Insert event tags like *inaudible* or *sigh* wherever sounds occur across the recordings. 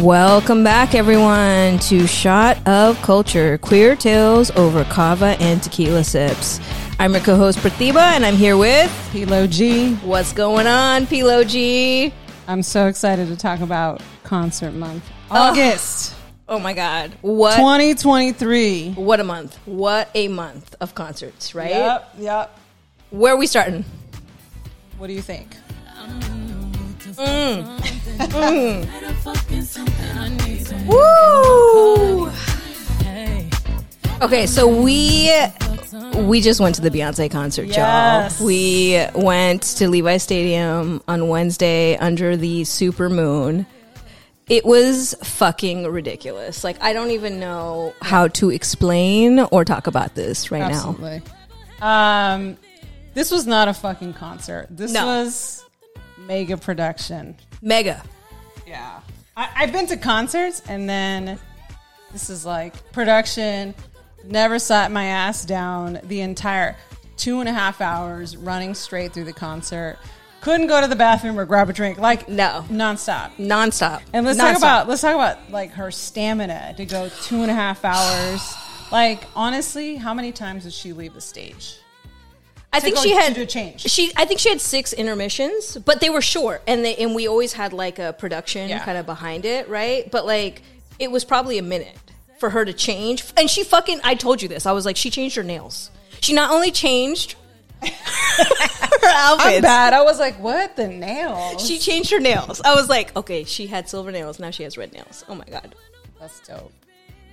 Welcome back, everyone, to Shot of Culture Queer Tales over Cava and Tequila Sips. I'm your co host, Prathiba, and I'm here with. Pilo G. What's going on, Pilo G? I'm so excited to talk about concert month. *laughs* August Oh my God. What? 2023. What a month. What a month of concerts, right? Yep, yep. Where are we starting? What do you think? Woo! Okay, so we we just went to the Beyonce concert, Yes. y'all. We went to Levi Stadium on Wednesday under the super moon. It was fucking ridiculous. Like I don't even know how to explain or talk about this right now. Absolutely. Um, this was not a fucking concert. This No. was mega production. Mega. Yeah. I, I've been to concerts and then this is like production. Never sat my ass down the entire two and a half hours running straight through the concert. Couldn't go to the bathroom or grab a drink. Like No. nonstop. Nonstop. And let's Nonstop. talk about let's talk about like her stamina to go two and a half hours. Like honestly, how many times did she leave the stage? I think go- she to had do a change. She, I think she had six intermissions, but they were short, and they and we always had like a production Yeah. kind of behind it, right? But like it was probably a minute for her to change, and she fucking. I told you this. I was like, she changed her nails. She not only changed *laughs* her I'm outfits, bad. I was like, what the nails? she changed her nails. I was like, okay, she had silver nails, now she has red nails. Oh my god, That's dope.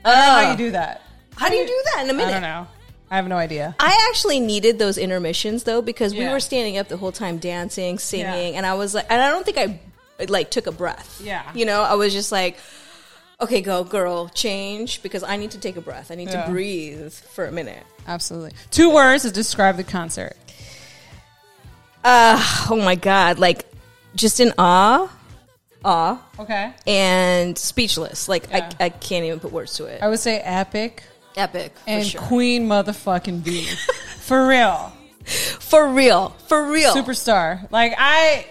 Ugh. How you do that? how do you do that in a Uh, minute? I don't know. I have no idea. I actually needed those intermissions though because we Yeah. were standing up the whole time dancing, singing, Yeah. and I was like, and I don't think I like took a breath. Yeah. you know, I was just like, okay, go girl, change because I need to take a breath. I need Yeah. to breathe for a minute. Absolutely. Two words to describe the concert. Uh, oh my god, like just in awe, awe, Okay. and speechless. Like Yeah. I, I can't even put words to it. I would say epic Epic for and sure. queen *laughs* motherfucking bee. For real. for real, for real. Superstar. Like I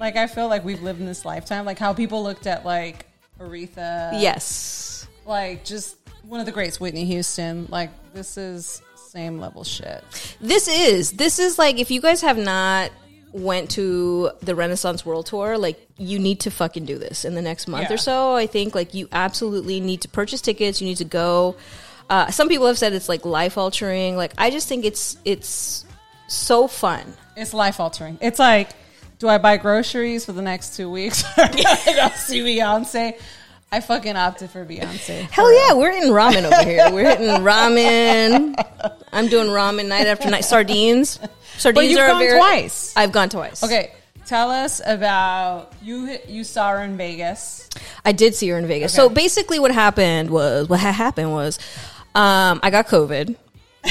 like I feel like we've lived in this lifetime. Like how people looked at like Aretha. yes. Like just one of the greats, Whitney Houston. Like this is same level shit. this is this is like if you guys have not went to the renaissance world tour like you need to fucking do this in the next month Yeah. or so i think like you absolutely need to purchase tickets you need to go uh, some people have said it's like life altering like i just think it's it's so fun It's life altering. It's like, do I buy groceries for the next two weeks? *laughs* Or do I go see Beyonce. I fucking opted for Beyonce. hell yeah we're hitting ramen over here we're hitting ramen i'm doing ramen night after night sardines sardines you've are a gone very- twice. i've gone twice Okay, tell us about you. You saw her in Vegas. I did see her in Vegas. So basically, what happened was what had happened was um, I got COVID,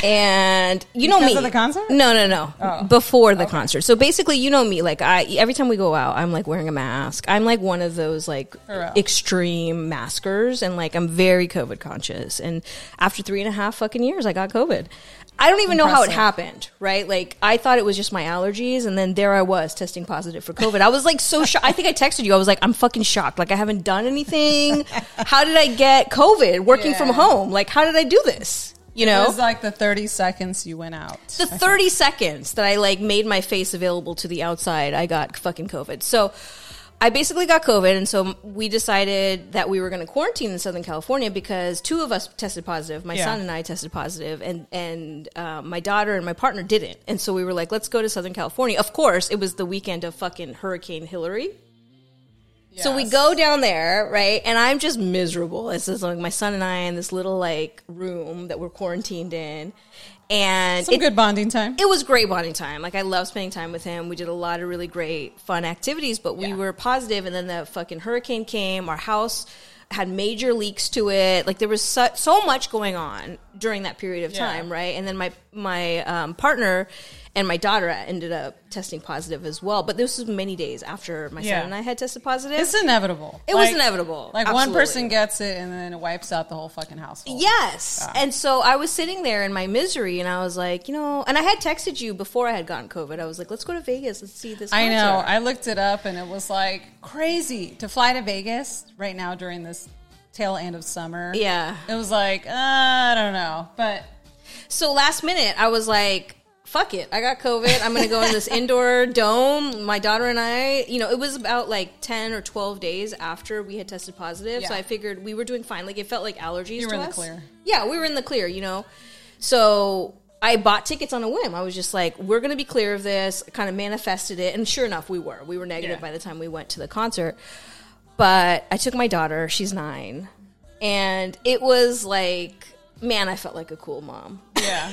and you know Because me. of the concert? Oh. No, no, no. Before the concert. So basically, you know me. Like I, every time we go out, I'm like wearing a mask. I'm like one of those like For real. extreme maskers, and like I'm very COVID conscious. And after three and a half fucking years, I got COVID. I don't even know how it Impressive. happened, right? Like I thought it was just my allergies, and then there I was testing positive for COVID. I was like so shocked. I think I texted you. I was like, I'm fucking shocked. Like I haven't done anything. How did I get COVID working from Yeah. home? Like how did I do this? You know, It was like the thirty seconds you went out. the 30 seconds that I like made my face available to the outside, I got fucking COVID. So I basically got COVID. And so we decided that we were going to quarantine in Southern California because two of us tested positive. My Yeah. son and I tested positive and, and uh, my daughter and my partner didn't. And so we were like, let's go to Southern California. Of course, it was the weekend of fucking Hurricane Hillary. So we Yes. go down there, right? And I'm just miserable. It's just like my son and I in this little like room that we're quarantined in. And Some it- good bonding time. it was great bonding time. Like I love spending time with him. We did a lot of really great fun activities, but we Yeah. were positive and then the fucking hurricane came. Our house had major leaks to it. Like there was so, so much going on during that period of Yeah. time, right? And then my my um, partner and my daughter ended up testing positive as well. But this was many days after my Yeah. son and I had tested positive. It's inevitable. It was inevitable. Like one Absolutely. person gets it and then it wipes out the whole fucking household. Yes. Ah. And so I was sitting there in my misery and I was like, you know, and I had texted you before I had gotten COVID. I was like, let's go to Vegas. Let's see this. I know. concert. I looked it up and it was like crazy to fly to Vegas right now during this tail end of summer. Yeah. It was like, uh, I don't know. But So last minute, I was like, fuck it. I got COVID. I'm going to go in this indoor *laughs* dome. My daughter and I, you know, it was about like 10 or 12 days after we had tested positive. So Yeah. I figured we were doing fine. Like it felt like allergies You were to in the us. clear. Yeah, we were in the clear, you know. So I bought tickets on a whim. I was just like, we're going to be clear of this, kind of manifested it. And sure enough, we were. We were negative Yeah. by the time we went to the concert. But I took my daughter, she's nine, and it was like, man, I felt like a cool mom. yeah.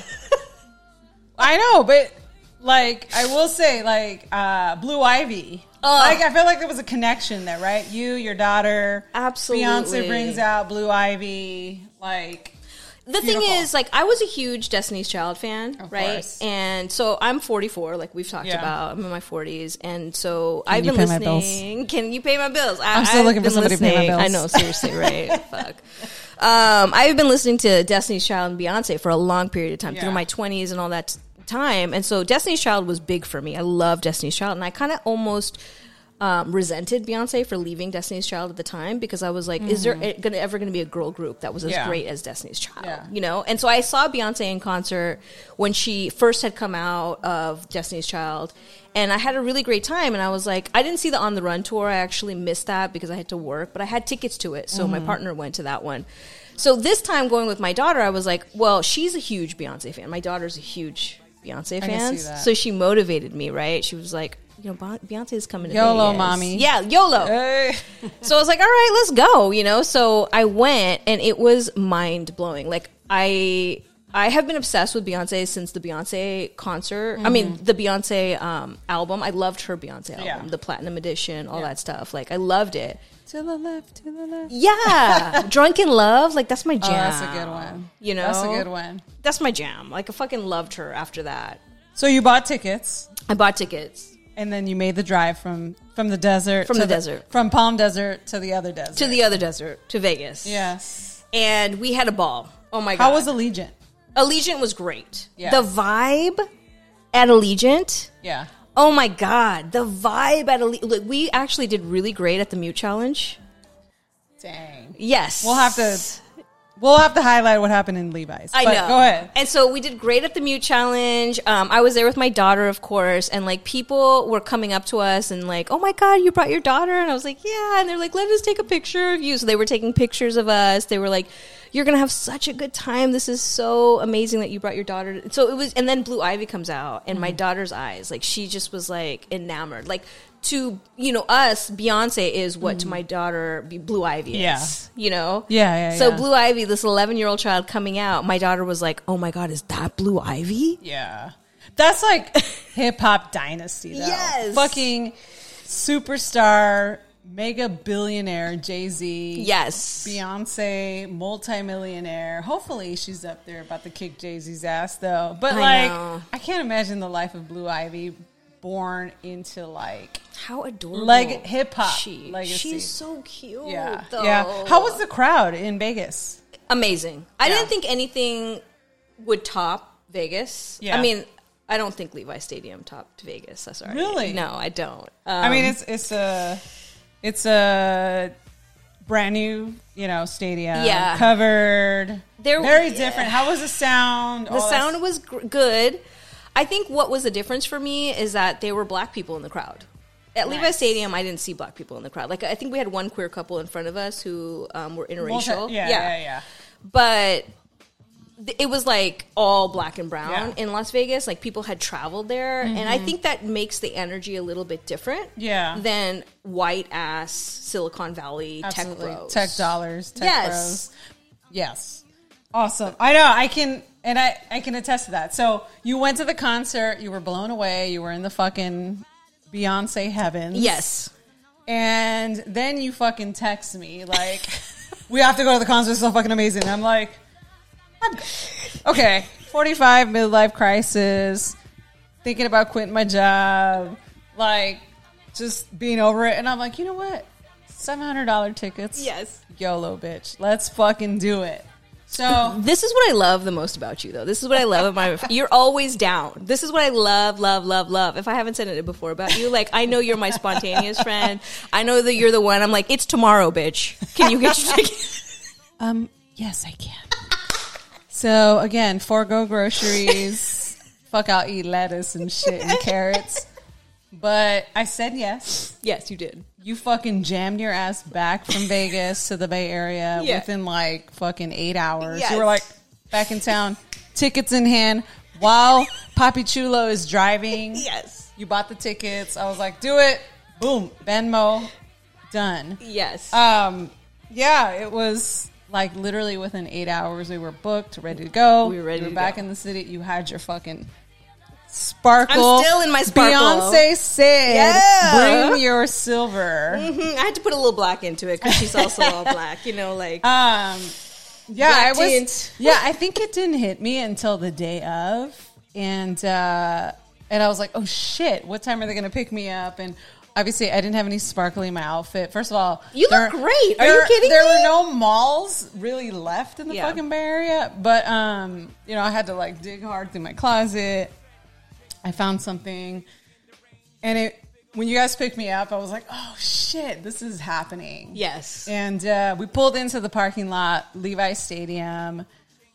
I know, but like I will say, like uh Blue Ivy. Ugh. Like I feel like there was a connection there, right? You, your daughter, Absolutely. Beyonce brings out Blue Ivy, like the Beautiful. thing is, like, I was a huge Destiny's Child fan, Of right? course. And so I'm 44, like we've talked Yeah. about. I'm in my 40s, and so I've you been pay my bills? listening. Can you pay my bills? I, I'm still I've looking for been somebody to pay my listening- I bills. know, seriously, *laughs* right? Fuck. Um, I've been listening to Destiny's Child and Beyonce for a long period of time Yeah. through my 20s and all that t- time, and so Destiny's Child was big for me. I love Destiny's Child, and I kind of almost. Um, resented Beyonce for leaving Destiny's Child at the time because I was like, is there e- gonna, ever going to be a girl group that was as Mm-hmm. Yeah. great as Destiny's Child? Yeah. you know and so i saw beyonce in concert when she first had come out of destiny's child and i had a really great time and i was like i didn't see the on the run tour i actually missed that because i had to work but i had tickets to it so my Mm-hmm. partner went to that one so this time going with my daughter i was like well she's a huge beyonce fan my daughter's a huge beyonce can fan see that. so she motivated me right she was like you know Bon- beyonce's coming to YOLO, Vegas." mommy. yeah yolo hey. *laughs* so I was like, all right, let's go, you know? So I went and it was mind blowing. Like I I have been obsessed with Beyonce since the Beyonce concert. I mean, the Beyonce um, album. I loved her Beyonce album, Mm-hmm. Yeah. the platinum edition, all Yeah. that stuff. Like I loved it. to the left, to the left. *laughs* Yeah. Drunk in Love, like that's my jam. Oh, that's a good one. You know? That's a good one. That's my jam. Like I fucking loved her after that. So you bought tickets I bought tickets. and then you made the drive from from the desert From to the desert. from Palm Desert to the other desert. To the other desert, to Vegas. yes. And we had a ball. Oh my god. How was Allegiant? Allegiant was great. Yeah. The vibe at Allegiant. Yeah. Oh my god, the vibe at Allegiant. Look, we actually did really great at the mute challenge. Dang. Yes. We'll have to- We'll have to highlight what happened in Levi's. I but know. Go ahead. And so we did great at the mute challenge. Um, I was there with my daughter, of course, and like people were coming up to us and like, "Oh my god, you brought your daughter!" And I was like, "Yeah." And they're like, "Let us take a picture of you." So they were taking pictures of us. They were like, "You're gonna have such a good time. This is so amazing that you brought your daughter." So it was, and then Blue Ivy comes out, and Mm-hmm. my daughter's eyes, like she just was like enamored, like. To you know, us Beyonce is what to my daughter B- Blue Ivy is. Mm-hmm. Yeah. You know, Yeah, yeah, So yeah. Blue Ivy, this 11 year old child coming out, my daughter was like, oh my God, is that Blue Ivy? Yeah. *laughs* That's like hip hop dynasty though. Yes. Fucking superstar, mega billionaire, Jay Z. Yes. Beyonce, multimillionaire. Hopefully she's up there about to kick Jay Z's ass though. But I like know. I can't imagine the life of Blue Ivy born into like How adorable. Leg- hip-hop She, legacy. She's so cute. yeah. Oh, Though. Yeah. How was the crowd in Vegas? Amazing. I Yeah. didn't think anything would top Vegas. Yeah. I mean, I don't think Levi Stadium topped Vegas. That's sorry. Really? No, I don't. I Um, mean, it's it's a it's a brand new you know stadium. Yeah. covered. There- very yeah. different. How was the sound? The sound was gr- good. I think what was the difference for me is that there were black people in the crowd. At Levi Nice. Stadium, I didn't see black people in the crowd. Like I think we had one queer couple in front of us who um, were interracial. yeah, yeah, yeah. But th- it was like all black and brown Yeah. Mm-hmm. in Las Vegas. Like people had traveled there, and I think that makes the energy a little bit different. Yeah. Than white ass Silicon Valley Absolutely. tech bros. Tech dollars. Tech Yes. bros. Yes. Awesome. I know. I can. And I, I can attest to that. So you went to the concert, you were blown away, you were in the fucking Beyonce heavens. Yes. And then you fucking text me like, *laughs* "We have to go to the concert. It's so fucking amazing." And I'm like, I'm, "Okay, 45 midlife crisis, thinking about quitting my job, like just being over it. And I'm like, you know what? $700 tickets. Yes. YOLO, bitch. Let's fucking do it. So This is what I love the most about you, though. This is what I love about my. You're always down. This is what I love, love, love, love. If I haven't said it before about you, like I know you're my spontaneous friend. I know that you're the one. I'm like, it's tomorrow, bitch. Can you get *laughs* your ticket? *laughs* Um, yes, I can. *laughs* so again, forego groceries. Fuck, I'll eat lettuce and shit *laughs* and carrots. But I said yes. yes, you did. You fucking jammed your ass back from Vegas to the Bay Area *laughs* Yeah. within like fucking eight hours. Yes. You were like back in town, tickets in hand. While Papi Chulo is driving, Yes. you bought the tickets. I was like, do it. Boom. Venmo. Done. Yes. Um, yeah, it was like literally within eight hours we were booked, ready to go. We were ready You to back go. in the city. You had your fucking sparkle. I'm still in my sparkle. Beyonce said, Yeah. "Bring your silver." Mhm. I had to put a little black into it because she's also all black. You know, like Um, yeah, I Black was. tint. Yeah, I think it didn't hit me until the day of, and uh, and I was like, "Oh shit! What time are they going to pick me up?" And obviously, I didn't have any sparkly in my outfit. First of all, You look great. Are you there- kidding There me? were no malls really left in the Yeah. fucking Bay Area, but um, you know, I had to like dig hard through my closet. I found something, and it. When you guys picked me up, I was like, "Oh shit, this is happening!" yes. And uh, we pulled into the parking lot, Levi Stadium.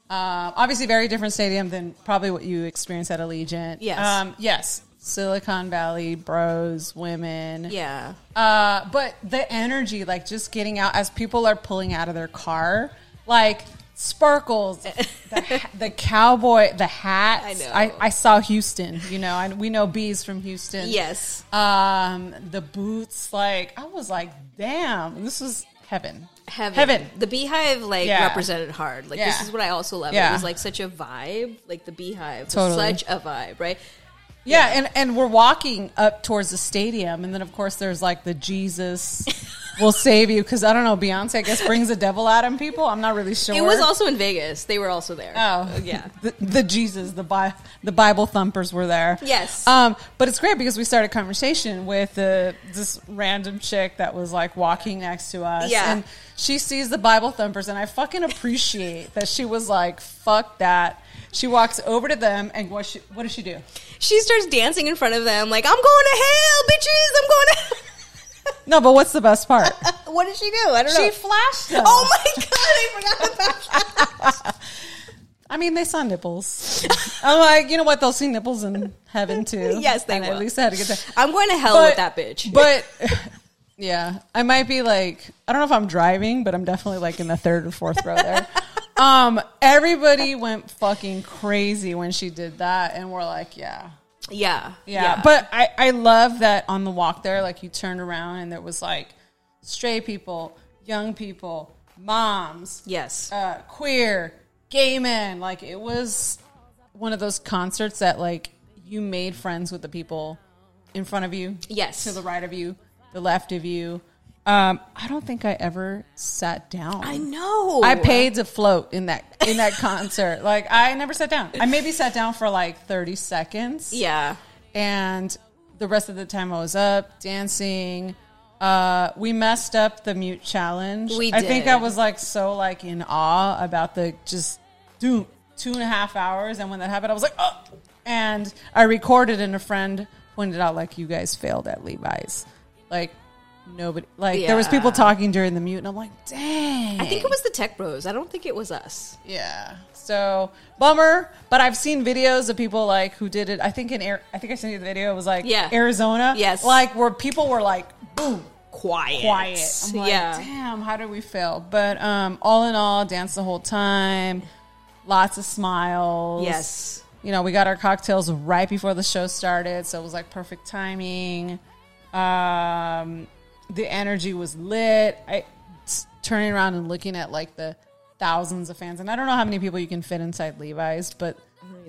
Um, obviously, very different stadium than probably what you experience at Allegiant. Yes. Um, yes. Silicon Valley bros, women. Yeah. Uh, but the energy, like just getting out as people are pulling out of their car, like *laughs* sparkles, the, ha- the cowboy, the hat. I know. I, I saw Houston. You know, and we know bees from Houston. Yes. Um, the boots, like I was like, damn, this is heaven. Heaven. Heaven. The beehive like Yeah. represented hard. Like this Yeah. is what I also love. It Yeah. was like such a vibe. Like the beehive was Totally. such a vibe, right? Yeah, and and we're walking up towards the stadium, and then of course there's like the *laughs* Jesus will save you because I don't know Beyonce I guess brings the devil out in people. I'm not really sure. It was also in Vegas. They were also there. *laughs* Oh *laughs* yeah. the, the Jesus, the Bi- the Bible thumpers were there. Yes. um, but it's great because we started a conversation with uh, this random chick that was like walking next to us. Yeah. and she sees the Bible thumpers, and I fucking appreciate that she was like, "Fuck that." She walks over to them, and what she, what does she do? She starts dancing in front of them, like, I'm going to hell, bitches. I'm going to No, but what's the best *laughs* part? hell. *laughs* What did she do? I don't know. She flashed them. Oh my *laughs* God, I forgot *laughs* about that. I mean, they saw nipples. I'm like, you know what? They'll see nipples in heaven too. *laughs* Yes, they and will. At least I had a good time. I'm going to hell with that bitch. But *laughs* yeah, I might be like, I don't know if I'm driving, but I'm definitely like in the third or fourth row there. Um, everybody went fucking crazy when she did that, and we're like, yeah, yeah. yeah. But I, I love that on the walk there, like you turned around and there was like stray people, young people, moms, yes. uh, queer, gay men. Like it was one of those concerts that like you made friends with the people in front of you. Yes. To the right of you, the left of you. Um, I don't think I ever sat down. I know. I paid to float in that in that *laughs* concert. Like I never sat down. I maybe sat down for like thirty seconds Yeah. and the rest of the time I was up dancing. Uh, we messed up the mute challenge. We I think did. I was like so like in awe about the just two two and a half hours, and when that happened, I was like, oh! And I recorded, and a friend pointed out like you guys failed at Levi's, like nobody like there was people Yeah. talking during the mute, and I'm like, dang. I think it was the Tech Bros. I don't think it was us. Yeah. So bummer, but I've seen videos of people like who did it. I think in Air, I think I sent you the video. It was like Yeah. Arizona. Yes. Like where people were like boom Quiet. quiet. I'm like, yeah. damn, how did we fail? But um, all in all, dance the whole time. Lots of smiles. Yes. You know, we got our cocktails right before the show started, so it was like perfect timing. Um, the energy was lit. I s- turning around and looking at like the thousands of fans, and I don't know how many people you can fit inside Levi's, but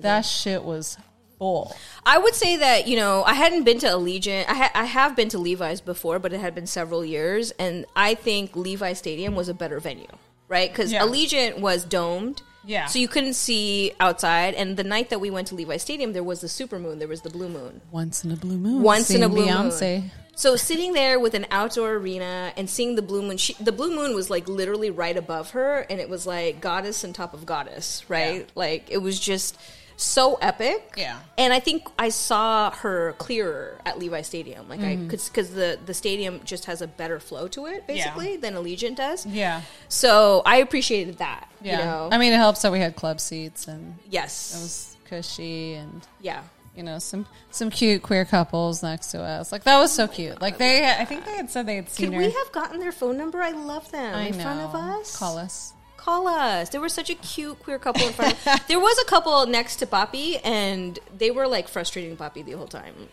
that shit was full. I would say that you know I hadn't been to Allegiant. I ha- I have been to Levi's before, but it had been several years, and I think Levi Stadium was a better venue, right? Because Yeah. Allegiant was domed, Yeah. So you couldn't see outside. And the night that we went to Levi Stadium, there was the super moon, there was the blue moon. Once in a blue moon. Once in a seeing blue Beyonce. moon. So sitting there with an outdoor arena and seeing the blue moon, she, the blue moon was like literally right above her, and it was like goddess on top of goddess, right? Yeah. Like it was just so epic. Yeah. And I think I saw her clearer at Levi Stadium. Like Mm-hmm. I could because the the stadium just has a better flow to it basically than Allegiant does. Yeah. So I appreciated that. Yeah. You know. I mean, it helps that we had club seats and yes. it was cushy and yeah. you know some some cute queer couples next to us. Like that was so cute. Like they, I think they had said they had seen Could her. we have gotten their phone number? I love them. I in front of know. us. Call us. call us. There was such a cute queer couple in front *laughs* of There was a couple next to Poppy, and they were like frustrating Poppy the whole time. Do you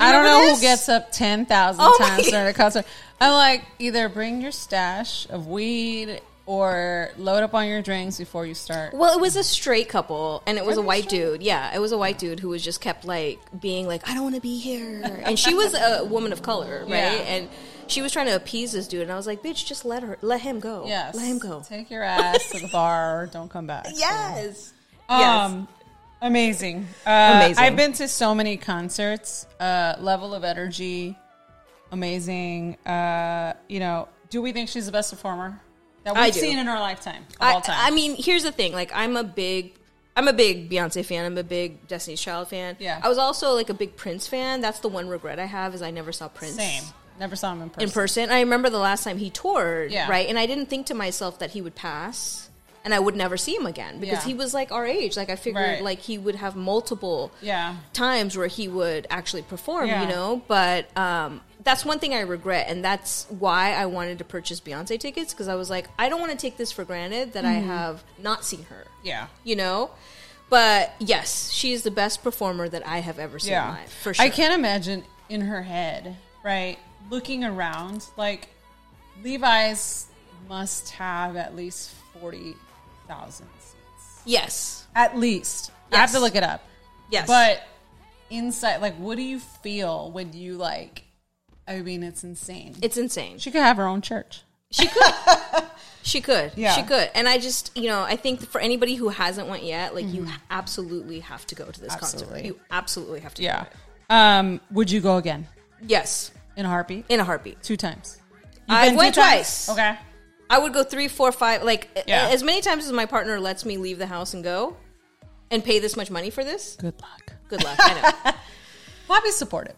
I don't remember know this? who gets up 10,000 Oh my- times during *laughs* a concert. I'm like, either bring your stash of weed or load up on your drinks before you start. Well, it was a straight couple, and it was a Were they white straight? dude. Yeah, it was a white dude who was just kept like being like, "I don't want to be here," and she was a woman of color, right? Yeah. And she was trying to appease this dude, and I was like, "Bitch, just let her, let him go. Yes. let him go." Take your ass to the bar *laughs* or don't come back. Yes. Um, Amazing. Uh, Amazing. I've been to so many concerts. Uh, level of energy, amazing. Uh, you know, do we think she's the best performer that I we've do. seen in our lifetime? Of I, all time. I mean, here's the thing. Like, I'm a big, I'm a big Beyonce fan. I'm a big Destiny's Child fan. Yeah. I was also like a big Prince fan. That's the one regret I have is I never saw Prince Same. Never saw him in person. in person. I remember the last time he toured, Yeah. right? And I didn't think to myself that he would pass and I would never see him again because Yeah. he was like our age. Like I figured Right. like he would have multiple Yeah. times where he would actually perform, Yeah. you know? But um that's one thing I regret and that's why I wanted to purchase Beyonce tickets because I was like I don't want to take this for granted that I Mm-hmm. have not seen her. Yeah. You know? But yes, she is the best performer that I have ever seen yeah. live, for sure. I can't imagine in her head, right? Looking around, like Levi's must have at least 40,000 seats. Yes. At least. I have Yes. to look it up. Yes. But inside, like, what do you feel when you, like, I mean, it's insane. it's insane. she could have her own church. *laughs* She could. Yeah. She could. And I just, you know, I think for anybody who hasn't went yet, like you absolutely have to go to this concert. Mm-hmm. Absolutely. You absolutely have to. Yeah. Um, would you go again Yes, in a heartbeat? in a heartbeat. Two times. You've I been two went times? twice. Okay. I would go three, four, five, like a- Yeah. as many times as my partner lets me leave the house and go, and pay this much money for this. Good luck. Good luck. I *laughs* know. Poppy's supportive.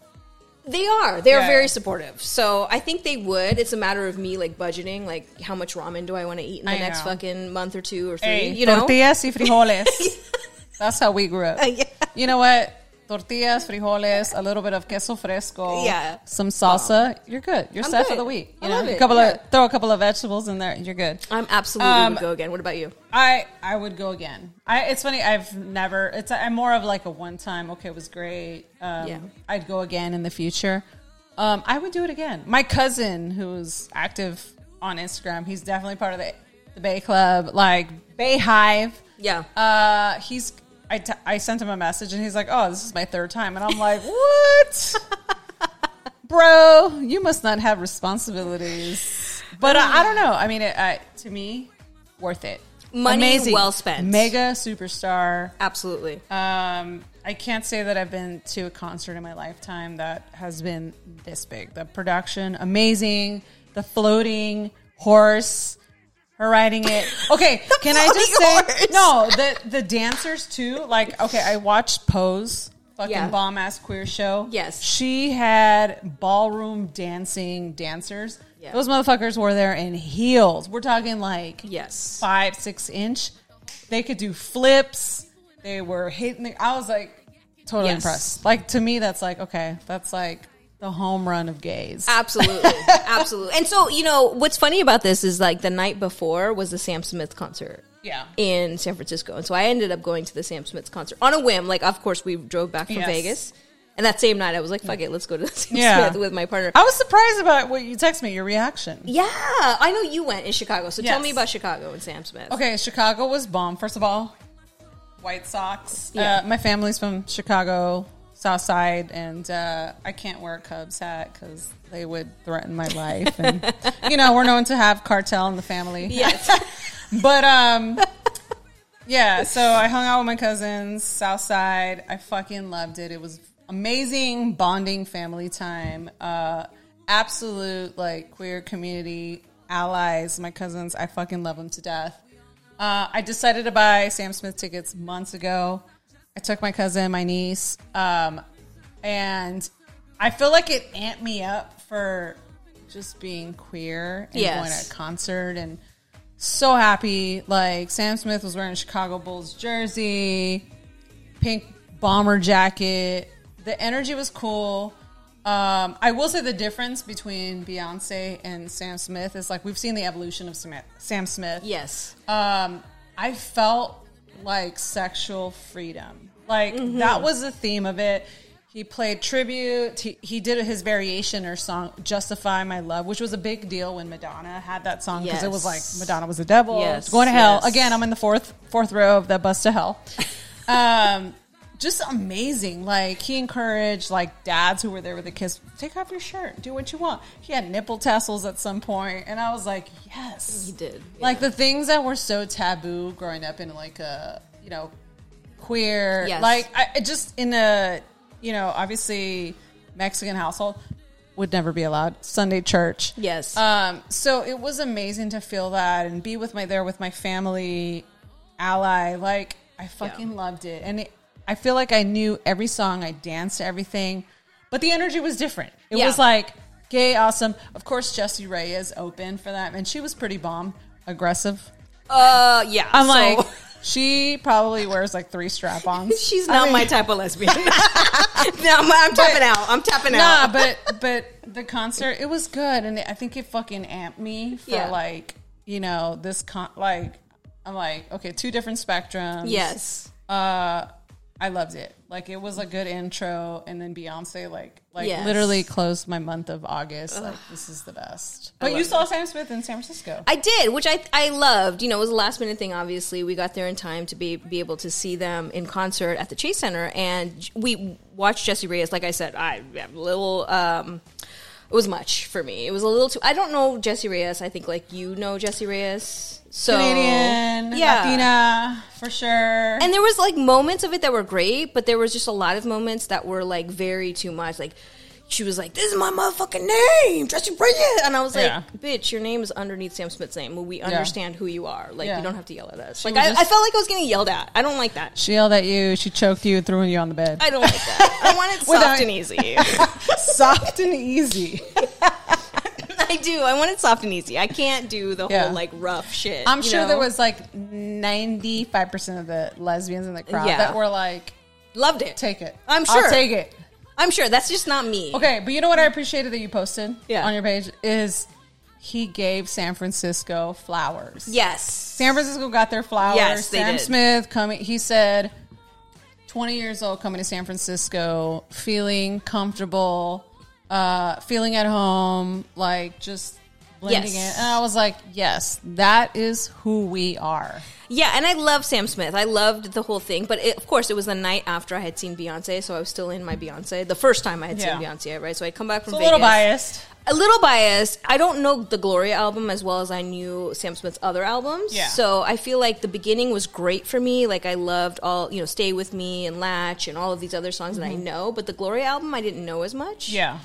They are. They're Yeah. very supportive. So I think they would. It's a matter of me like budgeting, like how much ramen do I want to eat in the I next know. fucking month or two or three. Hey, you know. tortillas y frijoles. That's how we grew up. *laughs* Yeah. You know what? Tortillas, frijoles, a little bit of queso fresco, Yeah. some salsa. You're good. You're I'm set for good. the week. I you know? love A it, couple yeah. of throw a couple of vegetables in there. You're good. I'm absolutely Um, would go again. What about you? I I would go again. I it's funny. I've never. It's I'm more of like a one time. Okay, it was great. Um, Yeah. I'd go again in the future. Um, I would do it again. My cousin, who's active on Instagram, he's definitely part of the the Bay Club, like Bay Hive. Yeah. Uh, he's. I, t- I sent him a message and he's like, "Oh, this is my third time," and I'm like, "What, *laughs* bro? You must not have responsibilities." But I, I don't know. I mean, it, I, to me, worth it. Money well spent. Mega superstar. Absolutely. Um, I can't say that I've been to a concert in my lifetime that has been this big. The production, amazing. The floating horse, her riding *laughs* it. Okay, can I just say floating horse. no? The the dancers too. Like, okay, I watched Pose, fucking Yeah. bomb ass queer show. Yes. she had ballroom dancing dancers. Yeah. Those motherfuckers were there in heels. We're talking like Yes. five, six inch. They could do flips. They were hitting. The, I was like totally Yes. impressed. Like to me, that's like okay, that's like the home run of gays. Absolutely. *laughs* Absolutely. And so, you know, what's funny about this is like the night before was the Sam Smith concert yeah, in San Francisco. And so I ended up going to the Sam Smith concert on a whim. Like, of course, we drove back from Yes. Vegas. And that same night, I was like, fuck it, let's go to *laughs* Sam Yeah. Oh. Smith with my partner. I was surprised about what you text me. Your reaction. yeah. I know you went in Chicago. So tell Yes. me about Chicago and Sam Smith. Okay, Chicago was bomb. First of all, White Sox. Yeah. Uh, my family's from Chicago, South Side, and uh, I can't wear a Cubs hat because they would threaten my life. *laughs* And *laughs* you know, we're known to have cartel in the family. Yes. But um Yeah, so I hung out with my cousins, Southside. I fucking loved it. It was amazing bonding family time. Uh, absolute like queer community allies. My cousins, I fucking love them to death. Uh, I decided to buy Sam Smith tickets months ago. I took my cousin, my niece, um, and I feel like it amped me up for just being queer and Yes. going to a concert and so happy. Like Sam Smith was wearing a Chicago Bulls jersey, pink bomber jacket. The energy was cool. Um, I will say the difference between Beyonce and Sam Smith is like we've seen the evolution of Sam- Sam Smith. Yes. Um, I felt like sexual freedom. Like Mm-hmm. that was the theme of it. He played tribute. He, he did his variation or song "Justify My Love," which was a big deal when Madonna had that song because it was like Yes. Madonna was the devil, Yes, going to hell. yes. Again, I'm in the fourth fourth row of the bus *laughs* to hell. um, just amazing. Like he encouraged like dads who were there with the kids, take off your shirt, do what you want. He had nipple tassels at some point, and I was like, yes, He did, Like the things that were so taboo growing up in like a you know queer, Yes. like I it just in a you know obviously Mexican household would never be allowed Sunday church. Yes. Um, so it was amazing to feel that and be with my there with my family, ally. Like I fucking loved it, and it, I feel like I knew every song. I danced to everything, but the energy was different. It Yeah. was like gay, awesome. Of course, Jessie Reyes opened for that, and she was pretty bomb, aggressive. Uh, yeah. I'm so- like, she probably wears like three *laughs* strap-ons. she's not my type of *laughs* lesbian. *laughs* no, I'm, I'm tapping out. I'm tapping nah, out. *laughs* but but the concert it was good, and I think it fucking amped me for Yeah. like you know this con like I'm like okay, two different spectrums. yes. uh, I loved it. Like it was a good intro, and then Beyonce like like Yes. literally closed my month of August. Like this is the best. But you love saw Sam Smith in San Francisco. I did, which I I loved. You know, it was a last minute thing. Obviously, we got there in time to be be able to see them in concert at the Chase Center, and j- we watched Jesse Reyes. Like I said, I am a little. Um, it was much for me. It was a little too. I don't know Jesse Reyes. I think like you know Jesse Reyes. So Canadian, Latina, for sure. and there was like moments of it that were great, but there was just a lot of moments that were like very too much. Like she was like, "This is my motherfucking name, Jesse Reyes," and I was like, Yeah. "Bitch, your name is underneath Sam Smith's name. We understand who you are. Like Yeah. you don't have to yell at us." like was I, just- I felt like I was getting yelled at. I don't like that. she yelled at you. She choked you, threw you on *laughs* the bed. I don't like that. I *laughs* want it Without- soft and easy. *laughs* Soft and easy. I do. I want it soft and easy. I can't do the Yeah. whole like rough shit. I'm you sure there know? was like 95% of the lesbians in the crowd Yeah. that were like, loved it. take it. I'm I'll sure. take it. I'm sure that's just not me. Okay, but you know what I appreciated that you posted Yeah. on your page is he gave San Francisco flowers. Yes. San Francisco got their flowers. Yes, they Sam did. Smith coming. He said, 20 years old coming to San Francisco, feeling comfortable, uh, feeling at home, like just blending Yes. in. And I was like, yes, that is who we are. Yeah, and I love Sam Smith. I loved the whole thing, but it, of course, it was the night after I had seen Beyonce, so I was still in my Beyonce. The first time I had Yeah. seen Beyonce, right? So I'd come back from It's a Vegas, little biased. a little biased. I don't know the Gloria album as well as I knew Sam Smith's other albums. Yeah. So I feel like the beginning was great for me. Like I loved all, you know, Stay With Me and Latch and all of these other songs that I know, but the Gloria album I didn't know as much. Mm-hmm. Yeah.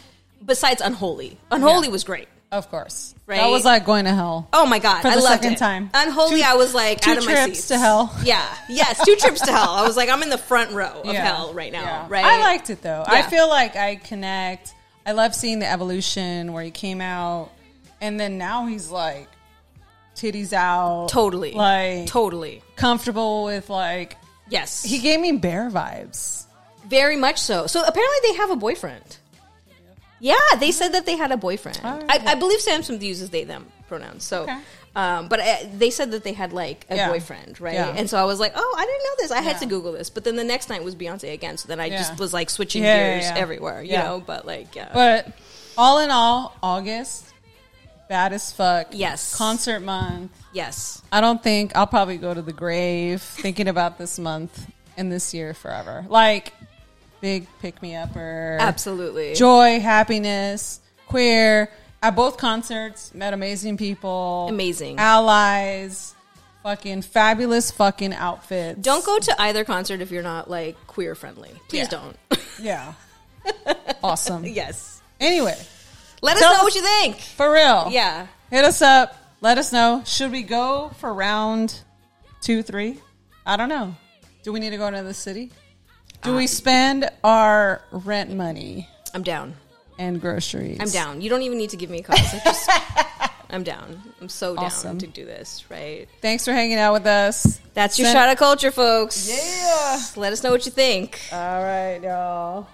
Besides Unholy. Unholy Yeah. was great. Of course. That Right? was like going to hell. Oh my god! For I the loved second it. time. Unholy. Two- I was like two out of my trips seats. to hell. Yeah. Yes. Two trips to hell. I was like, I'm in the front row of Yeah. hell right now. Yeah. Right. I liked it though. I Yeah. feel like I connect. I love seeing the evolution where he came out and then now he's like titties out. totally. Like totally. comfortable with like Yes. he gave me bear vibes. Very much so. So apparently they have a boyfriend. Yeah, they said that they had a boyfriend. All right. I, I believe Samsung uses they them pronouns. So, Oh, Okay. um, but I, they said that they had like a Yeah. boyfriend, right? Yeah. And so I was like, oh, I didn't know this. I had Yeah. to Google this. But then the next night was Beyonce again. So then I Yeah. just was like switching Yeah, yeah, gears yeah. everywhere, you Yeah. know. But like, yeah, But all in all, August, bad as fuck. Yes. Concert month. yes. I don't think I'll probably go to the grave thinking about this month and this year forever. Like big pick me up or Absolutely. joy, happiness, queer. At both concerts, met amazing people, Amazing. allies. fucking fabulous fucking outfits. Don't go to either concert if you're not like queer friendly. Please *laughs* Yeah. don't. Yeah. awesome. yes. Anyway, Let us Tell know us- what you think. for real. Yeah. Hit us up. Let us know. Should we go for round two, three? I don't know. Do we need to go to another city? Do Um, we spend our rent money I'm down. and groceries? I'm down. You don't even need to give me a cost. I *laughs* just, I'm down. I'm so down Awesome. to do this, right? Thanks for hanging out with us. That's your Send- shot of culture, folks. Yeah. Let us know what you think. All right, y'all.